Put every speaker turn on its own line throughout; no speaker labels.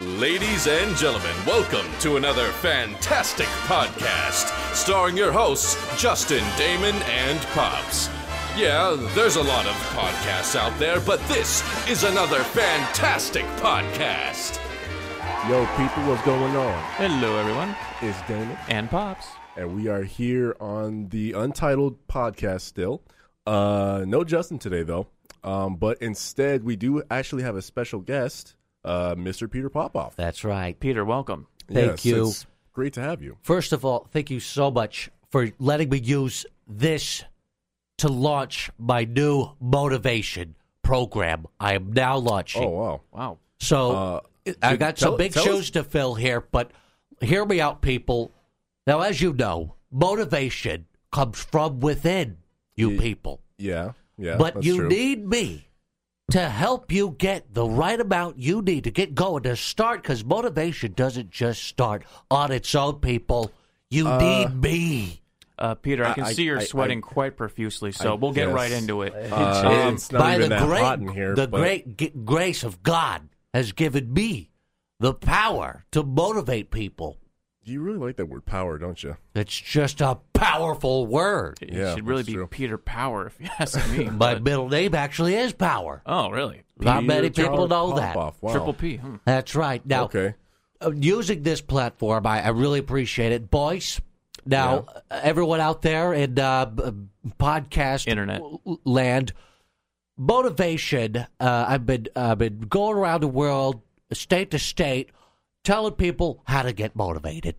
Ladies and gentlemen, welcome to another fantastic podcast starring your hosts, Justin, Damon, and Pops. Yeah, there's a lot of podcasts out there, but this is another fantastic podcast.
Yo, people, what's going on?
Hello, everyone,
It's Damon,
and Pops.
and we are here on the Untitled podcast still. Uh, no Justin today, though. Um, but instead, we do actually have a special guest, uh, Mr. Peter Popoff.
That's right.
Peter, welcome.
Thank you.
It's great to have you.
First of all, thank you so much for letting me use this to launch my new motivation program. I am now launching.
Oh, wow.
Wow.
so
uh,
I
dude,
got
tell-
some big
tell
shoes
us-
to fill here, but hear me out, people. Now, as you know, motivation comes from within you
Ye-
people,
Yeah, yeah.
but
that's
you
true.
need me. To help you get the right amount you need to get going to start, because motivation doesn't just start on its own, people. You
Uh,
need me.
Uh, Peter, I,
I-
can
I-
see you're
I-
sweating
I-
quite profusely, so
I-
we'll get
yes.
right into it.
Uh, it's not
by
even
the
that
great,
hot in here.
the
but
great g- grace of God has given me the power to motivate people.
You really like that word power, don't you?
It's just a powerful word.
It
Yeah,
should really
that's
be
true.
Peter Power, if you ask me.
My
but-
middle name actually is Power.
oh, really?
Not many
Peter
people know that.
Popoff, Wow.
Triple P. hmm.
That's right. Now,
Okay.
uh, using this platform, I, I really appreciate it, boys. Now, uh, everyone out there in uh, b- podcast
Internet.
w- w- land, motivation. Uh, I've been I've been going around the world, state to state, telling people how to get motivated.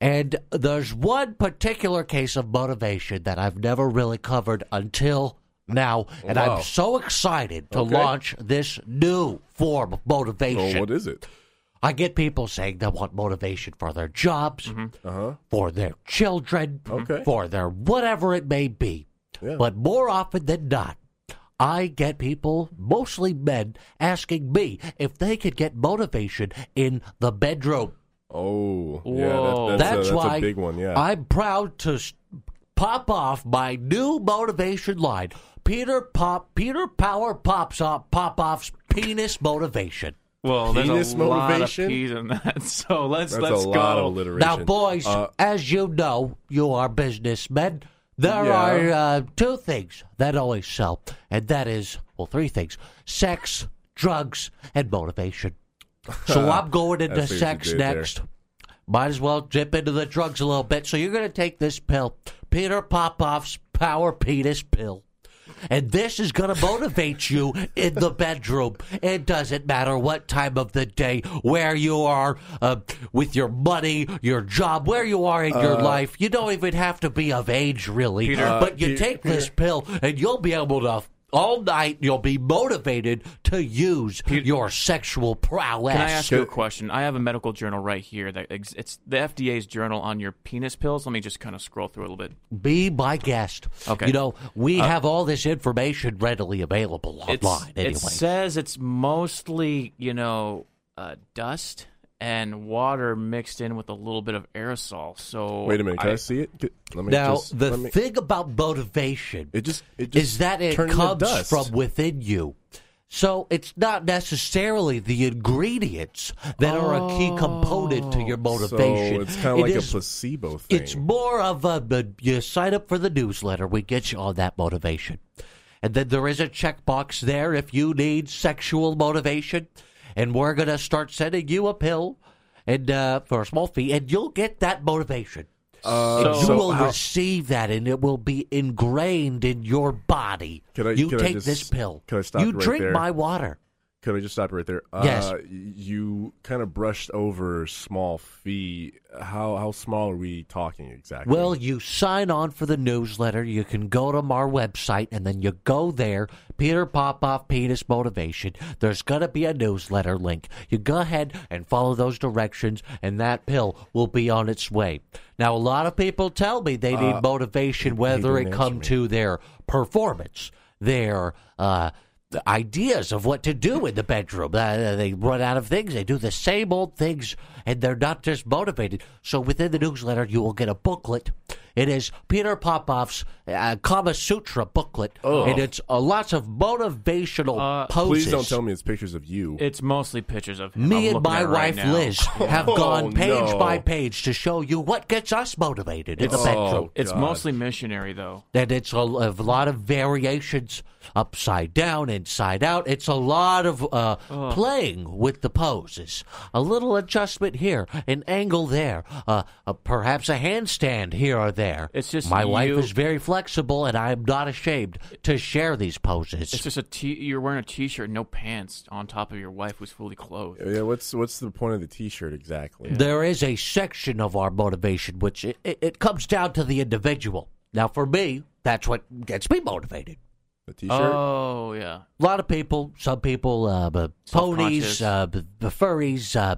And there's one particular case of motivation that I've never really covered until now, and
Wow.
I'm so excited to
Okay.
launch this new form of motivation.
Well, what is it?
I get people saying they want motivation for their jobs,
Uh-huh.
for their children,
Okay.
for their whatever it may be.
Yeah.
But more often than not, I get people, mostly men, asking me if they could get motivation in the bedroom.
Oh, yeah.
Whoa.
That, that's, a,
That's,
that's
why
a big one. Yeah.
I'm proud to s- pop off my new motivation line. Peter Pop, Peter Power pops off, pop off's penis motivation.
Well, there's
Penis
a lot of
motivation?
P's in that, so let's
That's
let's
a lot
go.
of alliteration.
Now, boys,
Uh,
as you know, you are businessmen. There
Yeah.
are uh, two things that always sell, and that is, well, three things sex, drugs, and motivation. So I'm going
see
into
what you
sex
did there.
next. Might as well dip into the drugs a little bit. So you're going to take this pill, Peter Popoff's Power Penis Pill. And this is going to motivate you in the bedroom. It doesn't matter what time of the day, where you are uh, with your money, your job, where you are in your life. You don't even have to be of age, really.
Uh, Peter-
but you
Peter-
take this pill, and you'll be able to. All night, you'll be motivated to use your sexual prowess.
Can I ask you a question? I have a medical journal right here. That ex- it's the FDA's journal on your penis pills. Let me just kind of scroll through a little bit.
Be my guest.
Okay. Uh,
You know, we have all this information readily available
It's-
online anyway.
It says it's mostly, you know, uh, dust and water mixed in with a little bit of aerosol. So
Wait a minute. Can I,
I-
see it? Get- Let me
now,
just,
the
let me,
thing about motivation
it just it just
is that it
turned into
comes
dust.
from within you. So it's not necessarily the ingredients that are a key component to your
Oh, So
motivation.
it's kind of
It
like
is-
a placebo thing.
It's more of a, but you sign up for the newsletter, we get you on that motivation. And then there is a checkbox there if you need sexual motivation. And we're going to start sending you a pill and uh, for a small fee, and you'll get that motivation.
so-
you
Uh, so
will
how-
receive that, and it will be ingrained in your body.
Can I-
you
can I
take
just-
this pill.
can I stop
you
you right
drink
there?
my water.
Could I just stop right there?
Yes.
Uh, you kind of brushed over small fee. How how small are we talking exactly?
Well, you sign on for the newsletter. You can go to our website and then you go there. Peter Popoff Penis Motivation. There's going to be a newsletter link. You go ahead and follow those directions, and that pill will be on its way. Now, a lot of people tell me they
Uh,
need motivation, whether
didn't
it
answer
come to their performance, their. Uh, the ideas of what to do in the bedroom. Uh, they run out of things. They do the same old things, and they're not just motivated. So within the newsletter, you will get a booklet, It is Peter Popoff's uh, Kama Sutra booklet, and it's uh, lots of motivational poses.
Oh. Uh, Please don't tell me it's pictures of you.
It's mostly pictures of him.
Me
I'm
and
looking at
my
it right
wife
now.
Liz have
Oh,
gone page
no.
by page to show you what gets us motivated in the
It's-
bedroom.
Oh.
It's
God.
mostly missionary though.
That it's a, a lot of variations upside down, inside out. It's a lot of uh, playing with the poses. A little adjustment here, an angle there, uh, uh, perhaps a handstand here or there.
It's just
my wife
you-
is very flexible, and I am not ashamed to share these poses.
It's just a t. You're wearing a t-shirt, no pants, on top of your wife who's fully clothed.
yeah, what's what's the point of the T-shirt exactly?
There is a section of our motivation which it, it, it comes down to the individual. Now, for me, that's what gets me motivated.
The T-shirt.
uh,
Oh yeah.
A lot of people, some people, uh, b-
Self-conscious.
ponies, uh, b- b- furries. Uh,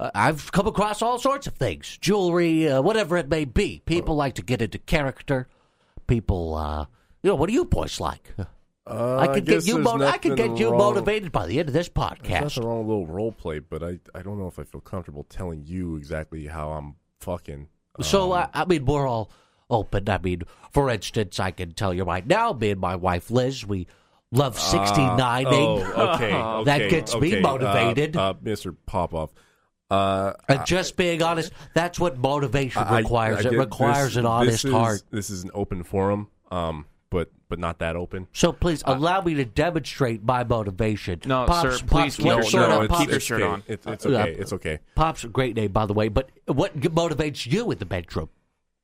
uh, I've come across all sorts of things jewelry, uh, whatever it may be. People like to get into character. People, uh, you know, what do you boys like?
Uh,
I could
guess
get you.
there's
Mo- I could
nothing
get you
wrong-
motivated by the end of this
There's
podcast.
nothing wrong with a little role play, but I I don't know if I feel comfortable telling you exactly how I'm fucking.
So I, I mean, we're all open. I mean, for instance, I can tell you right now, me and my wife Liz, we love sixty nine.
Ah, Oh, okay,
eh? That
okay,
gets me
okay. Uh,
motivated.
uh, Mr. Popoff. Uh,
and just being honest, that's what motivation
I- I-
requires.
I
it
get
requires
this-
an honest
this is,
heart.
This is an open forum, um, but but not that open.
So please allow me to demonstrate my motivation.
No, sir, please keep
what
your
No,
shirt
sort
on.
of
it's-
Pops,
Keep your
it's
shirt
okay.
on.
It's, it's
Uh, Yeah.
okay. It's okay.
Pops, a great name by the way. But what motivates you in the bedroom?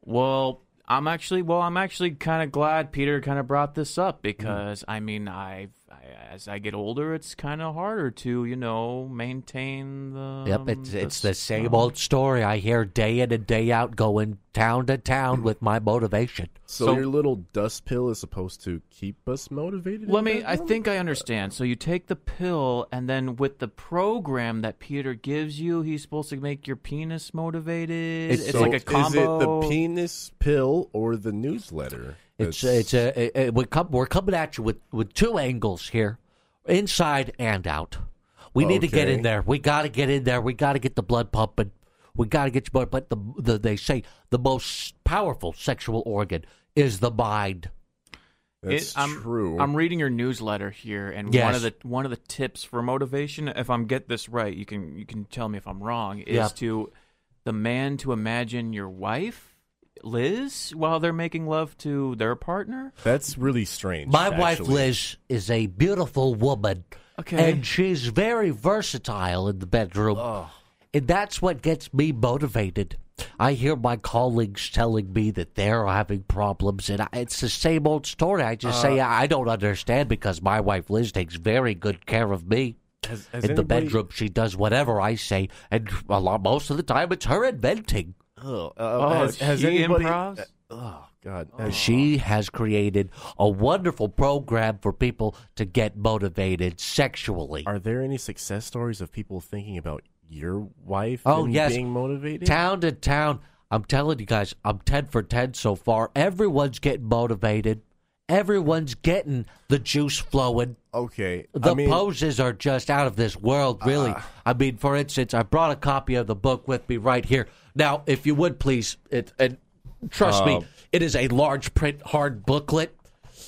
Well, I'm actually well. I'm actually kind of glad Peter kind of brought this up because I mean, I, I as I get older, it's kind of harder to you know maintain the.
Yep, it's it's the same old story I hear day in and day out, going town to town with my motivation.
So,
So-
your little dust pill is supposed to keep us motivated. in
Let me. I
bedroom?
think I understand. So you take the pill, and then with the program that Peter gives you, he's supposed to make your penis motivated. It's,
So
like a combo.
Is it the penis pill or the newsletter?
It's it's a, a, a- we come, we're coming at you with, with two angles here, inside and out. We need to get
Okay.
in there. We got to get in there. We got to get the blood pumping. We got to get you. But the, the they say the most powerful sexual organ is the mind.
that's
It- I'm,
true.
I'm reading your newsletter here, and one of
Yes.
the one of the tips for motivation, if I'm get this right, you can you can tell me if I'm wrong, is
Yeah.
to the man to imagine your wife, Liz, while they're making love to their partner.
that's really strange.
My
actually.
wife Liz is a beautiful woman,
Okay.
and she's very versatile in the bedroom, and that's what gets me motivated. I hear my colleagues telling me that they're having problems, and I, it's the same old story. I just
Uh.
say I don't understand because my wife Liz takes very good care of me.
Has-
in
has
the
anybody-
bedroom, she does whatever I say, and a lot, most of the time, it's her inventing.
Oh,
Oh,
has, has
she
anybody?
improvs?
Oh God.
Uh-huh. She has created a wonderful program for people to get motivated sexually.
Are there any success stories of people thinking about your wife?
Oh,
and
yes.
being motivated.
Town to town, I'm telling you guys, I'm 10 for 10 so far. Everyone's getting motivated, everyone's getting the juice flowing.
okay,
The
I mean, Uh,
poses are just out of this world, really. I mean, for instance, I brought a copy of the book with me right here. Now, if you would please, it, and trust
Uh,
me, it is a large print hard booklet.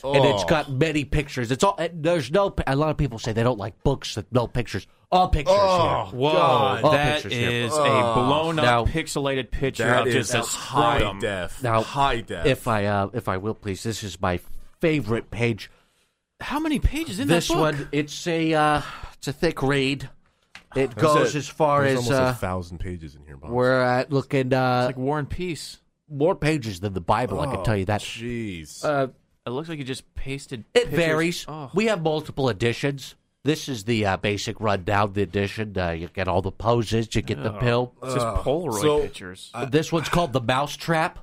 And it's
Oh.
got many pictures. It's all. and There's no. pi- A lot of people say they don't like books with no pictures. All pictures.
Oh.
here.
Whoa,
All
that
pictures here.
is a blown up,
Now-
pixelated picture
that
of
is
just a
high
scrotum.
def.
Now,
high def.
If I, uh, if I will, please. This is my favorite page.
How many pages in
this
that book?
one, it's a, uh, it's a thick read. It goes
a-
as far
there's
as
almost a
uh,
thousand pages in here, Bob.
we're at looking uh,
like War and Peace.
more pages than the Bible. I
Oh,
can tell you that.
Jeez.
Uh,
It looks like you just pasted.
It
pictures.
varies.
Oh.
We have multiple editions. This is the uh, basic rundown. The edition uh, you get all the poses, you get
Oh.
the pill.
It's just Polaroid
so-
pictures.
this one's called the mousetrap.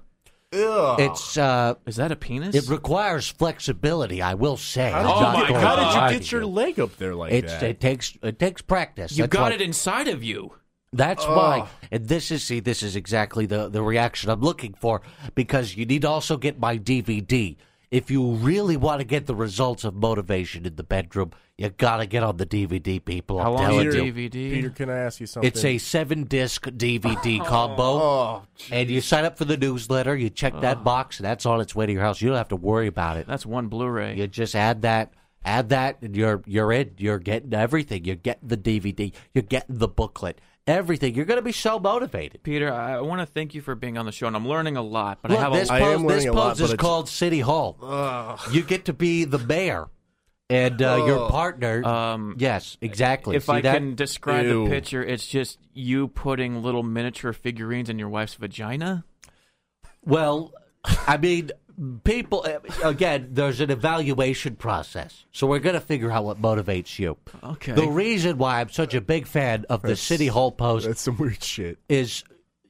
Oh.
It's uh,
is that a penis?
it requires flexibility. I will say. I'm
how did,
not
you, get,
going
how
to lie
did
to
you get your leg up there like
It's,
that?
it takes it takes practice.
you
That's
got
why-
it inside of you.
That's why. And this is see, this is exactly the the reaction I'm looking for because you need to also get my DVD. If you really want to get the results of motivation in the bedroom, You gotta get on the DVD, people.
How
I'm
long
telling
is
you.
your DVD?
Peter, can I ask you something?
It's a seven disc
Oh,
DVD combo. and you sign up for the newsletter, you check that box, and that's on its way to your house. You don't have to worry about it.
That's one Blu-ray.
You just add that, add that, and you're you're in. You're getting everything. You're getting the DVD. You're getting the booklet. Everything. You're gonna be so motivated.
Peter, I, I want to thank you for being on the show, and I'm learning a lot. But I
Look,
have a
this
I am
pose, this
learning a lot,
pose
but
is
it's-
called City Hall. You get to be the mayor, and uh, your partner.
Um,
yes, exactly.
if
See
I
that?
can describe
Ew.
the picture, it's just you putting little miniature figurines in your wife's vagina.
Well, I mean, people, eh, again, there's an evaluation process. So we're going to figure out what motivates you.
Okay.
The reason why I'm such a big fan of the City Hall post
That's some weird shit.
is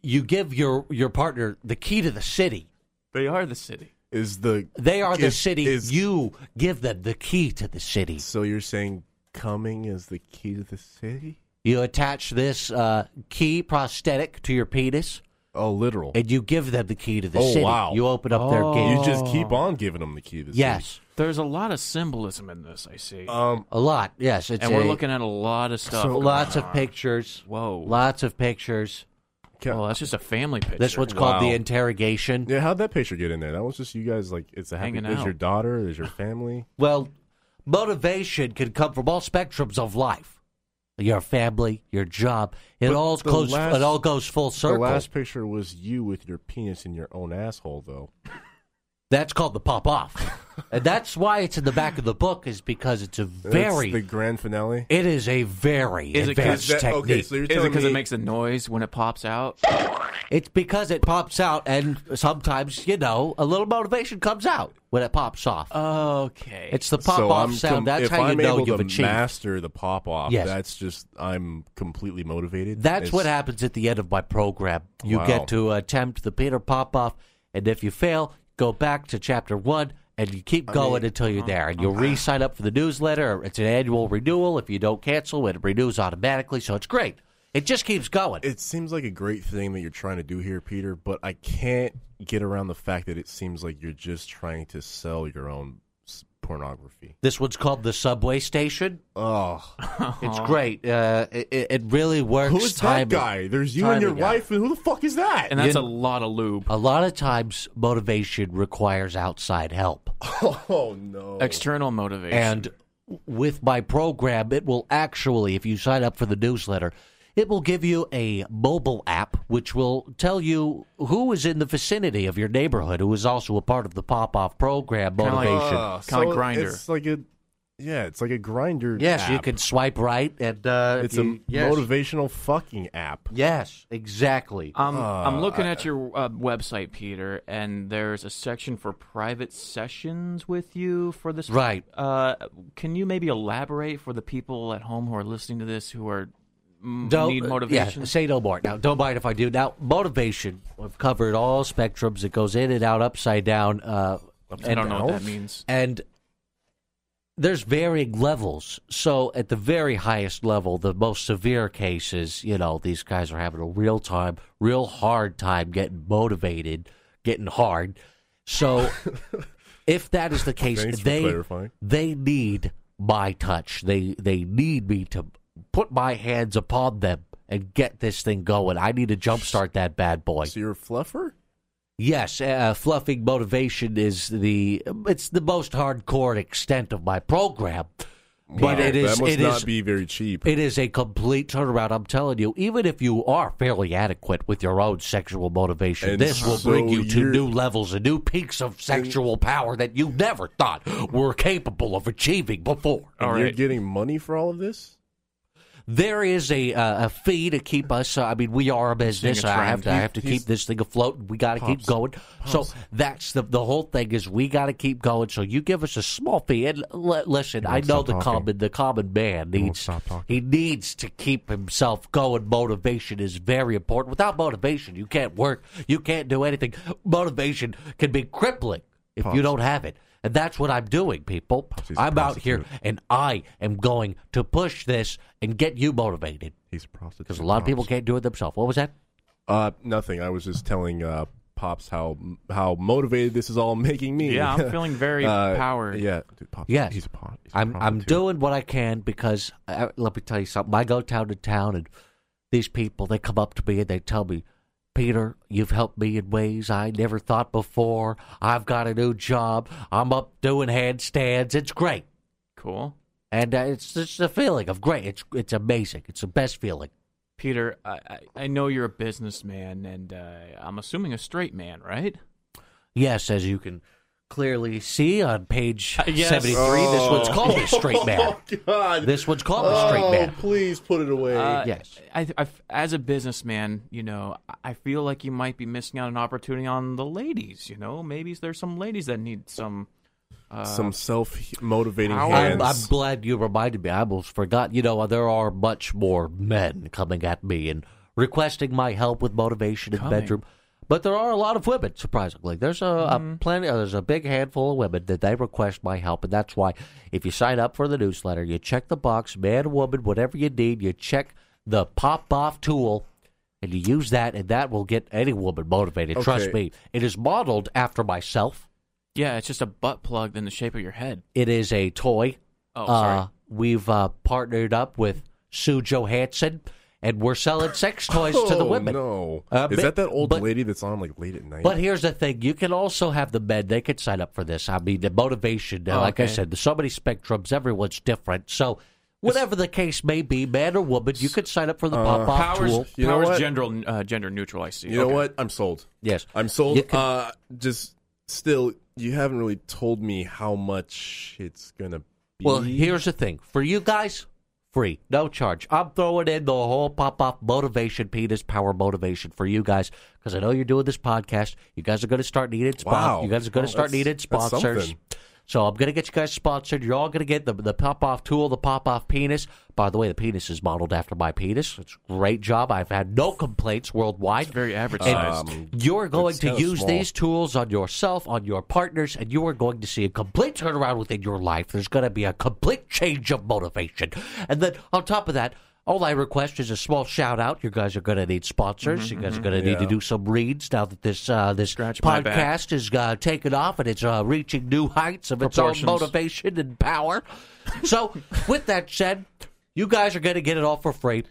you give your, your partner the key to the city.
they are the city.
Is the
They are the
is-
city.
Is,
you give them the key to the city.
so you're saying coming is the key to the city?
You attach this uh, key prosthetic to your penis,
Oh, literal.
and you give them the key to the
Oh,
city.
wow.
You open up their
Oh.
gate.
you just keep on giving them the key to the city.
yes,
There's a lot of symbolism in this. I see,
Um,
a lot. Yes, it's
and we're
a-
looking at a lot of stuff.
So-
going
lots of
on.
pictures.
Whoa.
Lots of pictures.
can-
Well, that's just a family picture.
This one's
Wow.
called the interrogation.
yeah, how'd that picture get in there? That was just you guys like it's a happy.
Hanging
There's your
out.
daughter. There's your family.
Well, motivation can come from all spectrums of life. Your family, your job. It
But
all
the
goes
last-
it all goes full circle.
The last picture was you with your penis in your own asshole, though.
That's called the pop off. and that's why it's in the back of the book is because it's a very
That's the grand finale.
it is a very
Is it 'cause
advanced
that-
technique.
okay, so you're
Is it
telling
because
me-
it makes a noise when it pops out?
It's because it pops out and sometimes, you know, a little motivation comes out when it pops off.
Okay.
it's the pop
Uh, so
off
I'm
sound.
com-
that's
if
how you
I'm
know
able
you've
to
achieved.
master the pop off.
Yes.
that's just I'm completely motivated.
That's
It's-
what happens at the end of my program. You
Wow.
get to attempt the Peter Popoff, and if you fail, go back to chapter one, and you keep going until
uh,
you're there. And you'll re sign up for the newsletter. It's an annual renewal. If you don't cancel, it renews automatically, so it's great. It just keeps going.
It seems like a great thing that you're trying to do here, Peter, but I can't get around the fact that it seems like you're just trying to sell your own s- pornography.
this one's called the subway station.
Oh,
It's great. Uh, it, it it really works.
who's that
timing.
guy? There's you and your
timing out.
wife, and who the fuck is that?
and that's a lot of lube.
A lot of times, motivation requires outside help.
oh no.
External motivation.
And with my program, it will actually, if you sign up for the newsletter, it will give you a mobile app which will tell you who is in the vicinity of your neighborhood who is also a part of the pop off program
Kinda like-
motivation.
Ah,
Kinda like Grindr.
It's like a yeah, it's like a grinder.
yes, you
app.
can swipe right and uh,
It's a
you- yes,
motivational fucking app.
Yes, exactly.
I'm, I'm looking at your uh, website, Peter, and there's a section for private sessions with you for this.
Right.
Uh, can you maybe elaborate for the people at home who are listening to this who are m-
Don't-
need
uh,
motivation?
Yeah, say no more. Now, don't mind if I do. Now, motivation. I've covered all spectrums. It goes in and out, upside down. Uh,
I don't
and-
know what that means.
and there's varying levels. So at the very highest level, the most severe cases, you know, these guys are having a real time, real hard time getting motivated, getting hard. So if that is the case,
Thanks for
they
clarifying.
they need my touch. They they need me to put my hands upon them and get this thing going. I need to jumpstart that bad boy.
So you're a fluffer?
Yes, uh, fluffing motivation is the it's the most hardcore extent of my program, but
Wow,
it is
that must
it
not
is
be very cheap.
it is a complete turnaround. I'm telling you, even if you are fairly adequate with your own sexual motivation,
And
this will
so
bring you to
you're-
new levels and new peaks of sexual power that you never thought were capable of achieving before.
And
All
you're
right.
getting money for all of this?
There is a uh, a fee to keep us. Uh, I mean, we are a business.
Seeing a
I have
trend.
to I have to
He's-
keep this thing afloat. We got to keep
Pops.
going. So that's the the whole thing is we got to keep going. So you give us a small fee and l- listen. I
won't
know
stop
the
talking.
common the common man
won't
needs
stop talking.
he needs to keep himself going. Motivation is very important. Without motivation, you can't work. You can't do anything. Motivation can be crippling if you don't have it. And that's what I'm doing, people.
he's a
I'm out here
prostitute.
and I am going to push this and get you motivated
He's a prostitute.
because a lot of people can't do it themselves. What was that?
Uh, nothing. I was just telling uh, Pops how how motivated this is all making me.
Yeah, I'm feeling very
Uh,
powered.
Yeah, dude, Pops.
Yes.
he's a pop. he's a
I'm
pop,
I'm
too.
doing what I can because uh, let me tell you something. I go town to town, and these people they come up to me and they tell me, Peter, you've helped me in ways I never thought before. I've got a new job. I'm up doing handstands. It's great,
Cool.
and uh, it's just a feeling of great. It's it's amazing. It's the best feeling.
Peter, I, I, I know you're a businessman, and uh, I'm assuming a straight man, right?
Yes, as you can clearly see on page
Uh, yes.
seventy three, this one's called a straight man.
Oh God!
This one's called
oh,
a straight man.
please put it away.
Uh,
yes.
I, I, as a businessman, you know, I- I feel like you might be missing out on an opportunity on the ladies. You know, maybe there's some ladies that need some. Uh,
Some self motivating
Ow.
hands.
I'm, I'm glad you reminded me. I almost forgot. You know, there are much more men coming at me and requesting my help with motivation in the
Coming.
bedroom. But there are a lot of women, surprisingly. There's a,
Mm-hmm.
a plenty. uh, There's a big handful of women that they request my help, and that's why if you sign up for the newsletter, you check the box, man, woman, whatever you need. You check the pop off tool, and you use that, and that will get any woman motivated. Trust
Okay.
me. It is modeled after myself.
yeah, it's just a butt plug in the shape of your head.
It is a toy.
Oh, sorry.
Uh, we've uh, partnered up with Sue Johansson, and we're selling sex toys to the
Oh,
women.
No,
Uh,
is
but-
that that old
but-
lady that's on like late at night?
But here's the thing: you can also have the men; they could sign up for this. I mean, the motivation. uh,
Oh,
like I
okay.
said, there's so many spectrums. Everyone's different. So, whatever the case may be, man or woman, you could sign up for the pop-off
uh, Powers,
tool.
You know
powers
what?
gender uh, gender neutral. I see.
you know
Okay.
what? I'm sold.
Yes,
I'm sold.
You could-
Uh, just still, you haven't really told me how much it's gonna be.
Well, here's the thing for you guys, free, no charge. I'm throwing in the whole pop up motivation, penis power motivation for you guys because I know you're doing this podcast. You guys are going to start needing sponsors.
Wow.
You guys are going to
Oh,
start
that's-
needing
that's
sponsors.
something.
So I'm going to get you guys sponsored. You're all going to get the, the pop off tool, the pop off penis. By the way, the penis is modeled after my penis. It's a great job. I've had no complaints worldwide.
Very average
And
sized.
you're going to
Um, kinda
use
small.
these tools on yourself, on your partners, and you are going to see a complete turnaround within your life. There's going to be a complete change of motivation. And then on top of that, all I request is a small shout out. You guys are going to need sponsors. you guys are going to need to do some reads now that this uh, this
Mm-hmm, Scratch my back.
podcast is uh, taking off and it's uh, reaching new heights of its own
Proportions.
motivation and power. so, with that said, you guys are going to get it all for free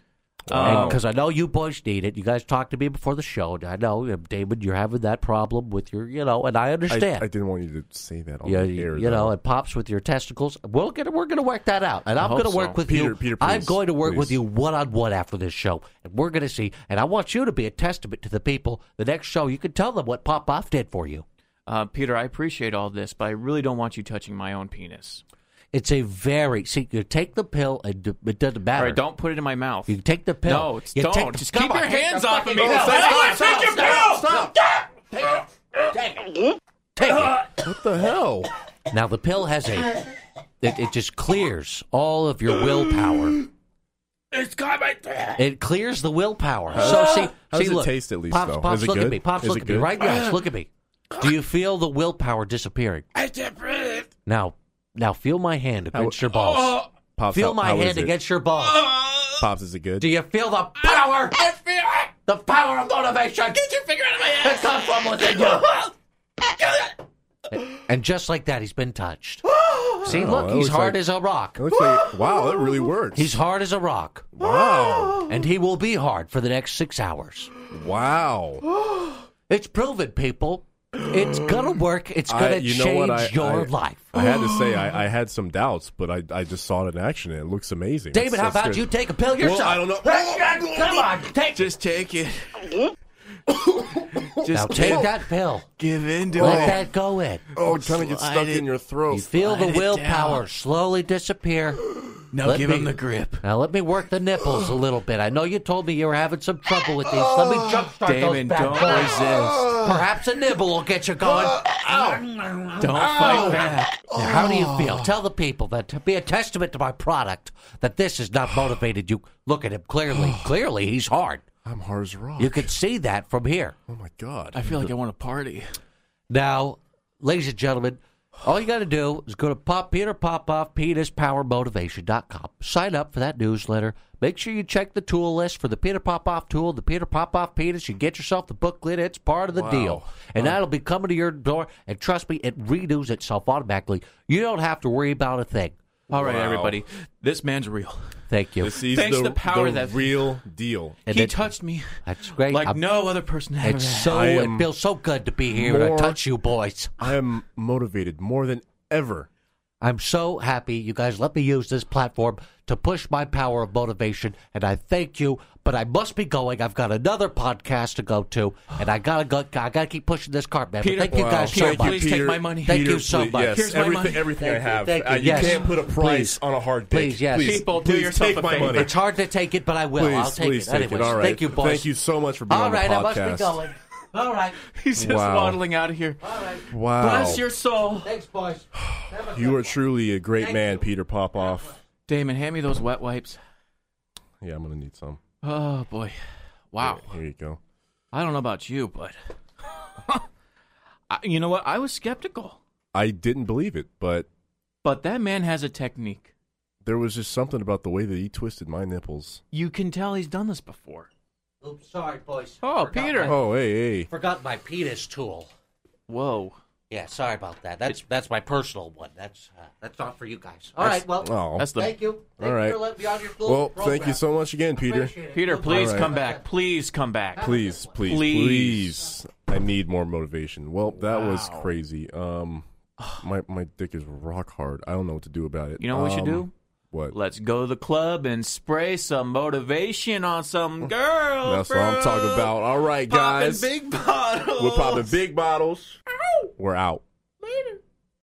Oh.
because I know you boys need it. You guys talked to me before the show. and I know, uh, David, you're having that problem with your, you know, and
I,
I
I
understand.
didn't want you to say that on
you,
the air.
you know,
though.
it pops with your testicles. We're gonna we're gonna work that out, and I'm
hope
gonna work
so.
with you.
Peter- Peter,
I'm
please,
going to work with
please.
you one on one after this show, and we're gonna see. And I want you to be a testament to the people. The next show, you can tell them what Pop Off did for you.
Uh, Peter, I appreciate all this, but I really don't want you touching my own penis.
It's a very see. You take the pill, and d- it doesn't
All
matter.
right, don't put it in my mouth.
You take the pill.
No, it's-
You
don't.
take the-
Just
Come
keep
on,
your
take
hands
the
off of
fucking
me.
pill.
No,
Stop,
Oh,
stop, stop,
stop, Stop. Take it. Take it. Take it.
what the hell?
Now the pill has a it, it just clears all of your willpower.
It's got my. It
It clears the willpower. So see,
How
see,
does it
look,
taste at least,
Pops,
though?
Pops,
Is it
look at
good?
me. Pops,
Is
look
it
at me.
good?
Right now, look at me. Do you feel the willpower disappearing?
I can't breathe it.
Now, now feel my hand against your balls.
Pops,
feel
Oh, how-
my
how is
hand
it?
against your balls.
Pops. Is it good?
Do you feel the power? I feel it. The power of motivation. Get your finger out of my ass. It comes from within you. and just like that, he's been touched. See,
Wow,
look,
that
he's
Oh, looks
hard
like-
as a rock.
It looks like wow, that really works.
He's hard as a rock,
wow,
and he will be hard for the next six hours.
wow.
It's proven, people. It's gonna work. It's
I-
gonna
you
change
know what? I-
your
I-
life.
I had to say I, I had some doubts, but I, I just saw it in action and it looks amazing.
David,
That's-
how
that's
about
good.
you take a pill yourself?
Well, I don't know. Oh,
Come on, take
Just take it. Just
now take that pill.
give in to
Let that go in.
Oh, it kind of gets stuck in your
You
throat.
feel the
slide it
willpower
down.
slowly disappear.
Now
Let give me- him the
grip.
Now let me work the nipples a little bit. I know you told me you were having some trouble with these. Let me
Oh.
jumpstart those
Damon,
back
don't
legs.
resist.
Perhaps a nibble will get you going.
Oh.
Don't fight back.
Now, how do you feel? Tell the people that to be a testament to my product that this has not motivated you. Look at him clearly. clearly, he's hard.
I'm hard as a rock.
You can see that from here.
oh my god.
I feel like I want to party.
Now, ladies and gentlemen, All you got to do is go to Pop Peter Popoff, PetersPowerMotivation.com. Sign up for that newsletter. Make sure you check the tool list for the Peter Popoff tool, the Peter Popoff Peters. You get yourself the booklet. It's part of the deal. And that'll be coming to your door. And trust me, it renews itself automatically. You don't have to worry about a thing.
All right,
Wow.
everybody. This man's real.
Thank you.
This is
Thanks
the,
to power that-
real deal.
And
he
it-
touched me.
That's great.
Like
I'm-
no other person ever.
It's
has.
so
I
it
am
feels so good to be here and
more-
to touch you boys.
I am motivated more than ever.
I'm so happy you guys let me use this platform to push my power of motivation, and I thank you. But I must be going. I've got another podcast to go to, and I gotta go. I gotta keep pushing this cart, man. But
Peter,
thank you
wow.
guys
Peter,
so much.
please take my money.
Thank you so
please-
much.
Yes,
Here's my
everything,
money.
everything I
Thank you,
have.
thank you.
Uh, you
Yes.
can't put a price
Please.
on a hard dick.
Please, yes.
Please,
People, do
please
yourself
take
a
my
favor.
money.
It's hard to take it, but I will.
Please,
I'll take
please
it.
take
Anyways,
it. All right.
Thank you, boys.
Thank you so much for being
All
on the
right,
podcast.
I must be going. All right.
He's just
Wow.
waddling out of here.
Wow.
Bless your soul,
Thanks, boys. Have a good
You are truly a great
Thank
man,
you.
Peter Popoff.
Damon. Hand me those wet wipes.
Yeah, I'm gonna need some.
Oh boy, wow.
Here you go.
I don't know about you, but I, you know what? I was skeptical,
I didn't believe it, but
but that man has a technique.
there was just something about the way that he twisted my nipples.
You can tell he's done this before.
Oops, sorry, boys.
Oh,
Forgot
Peter.
my-
Oh, hey, hey.
forgot my penis tool.
Whoa.
Yeah, sorry about that. That's that's my personal one. That's uh, that's not for you guys. All
That's-
right, well,
Oh.
That's the
thank you. Thank
All
you
right.
for letting me on your little
Well, thank
program.
you so much again, Peter.
Appreciate it.
Peter,
Goodbye.
please
Alright.
come back. Please come back.
Please, please, please.
Please.
I need more motivation. Well, that was
Wow.
crazy. Um, my my dick is rock hard. I don't know what to do about it.
You know what we should
Um,
do?
What?
Let's go to the club and spray some motivation on some girl.
That's what I'm talking about. All right,
Popping
guys.
big bottles.
We're popping big bottles. We're out.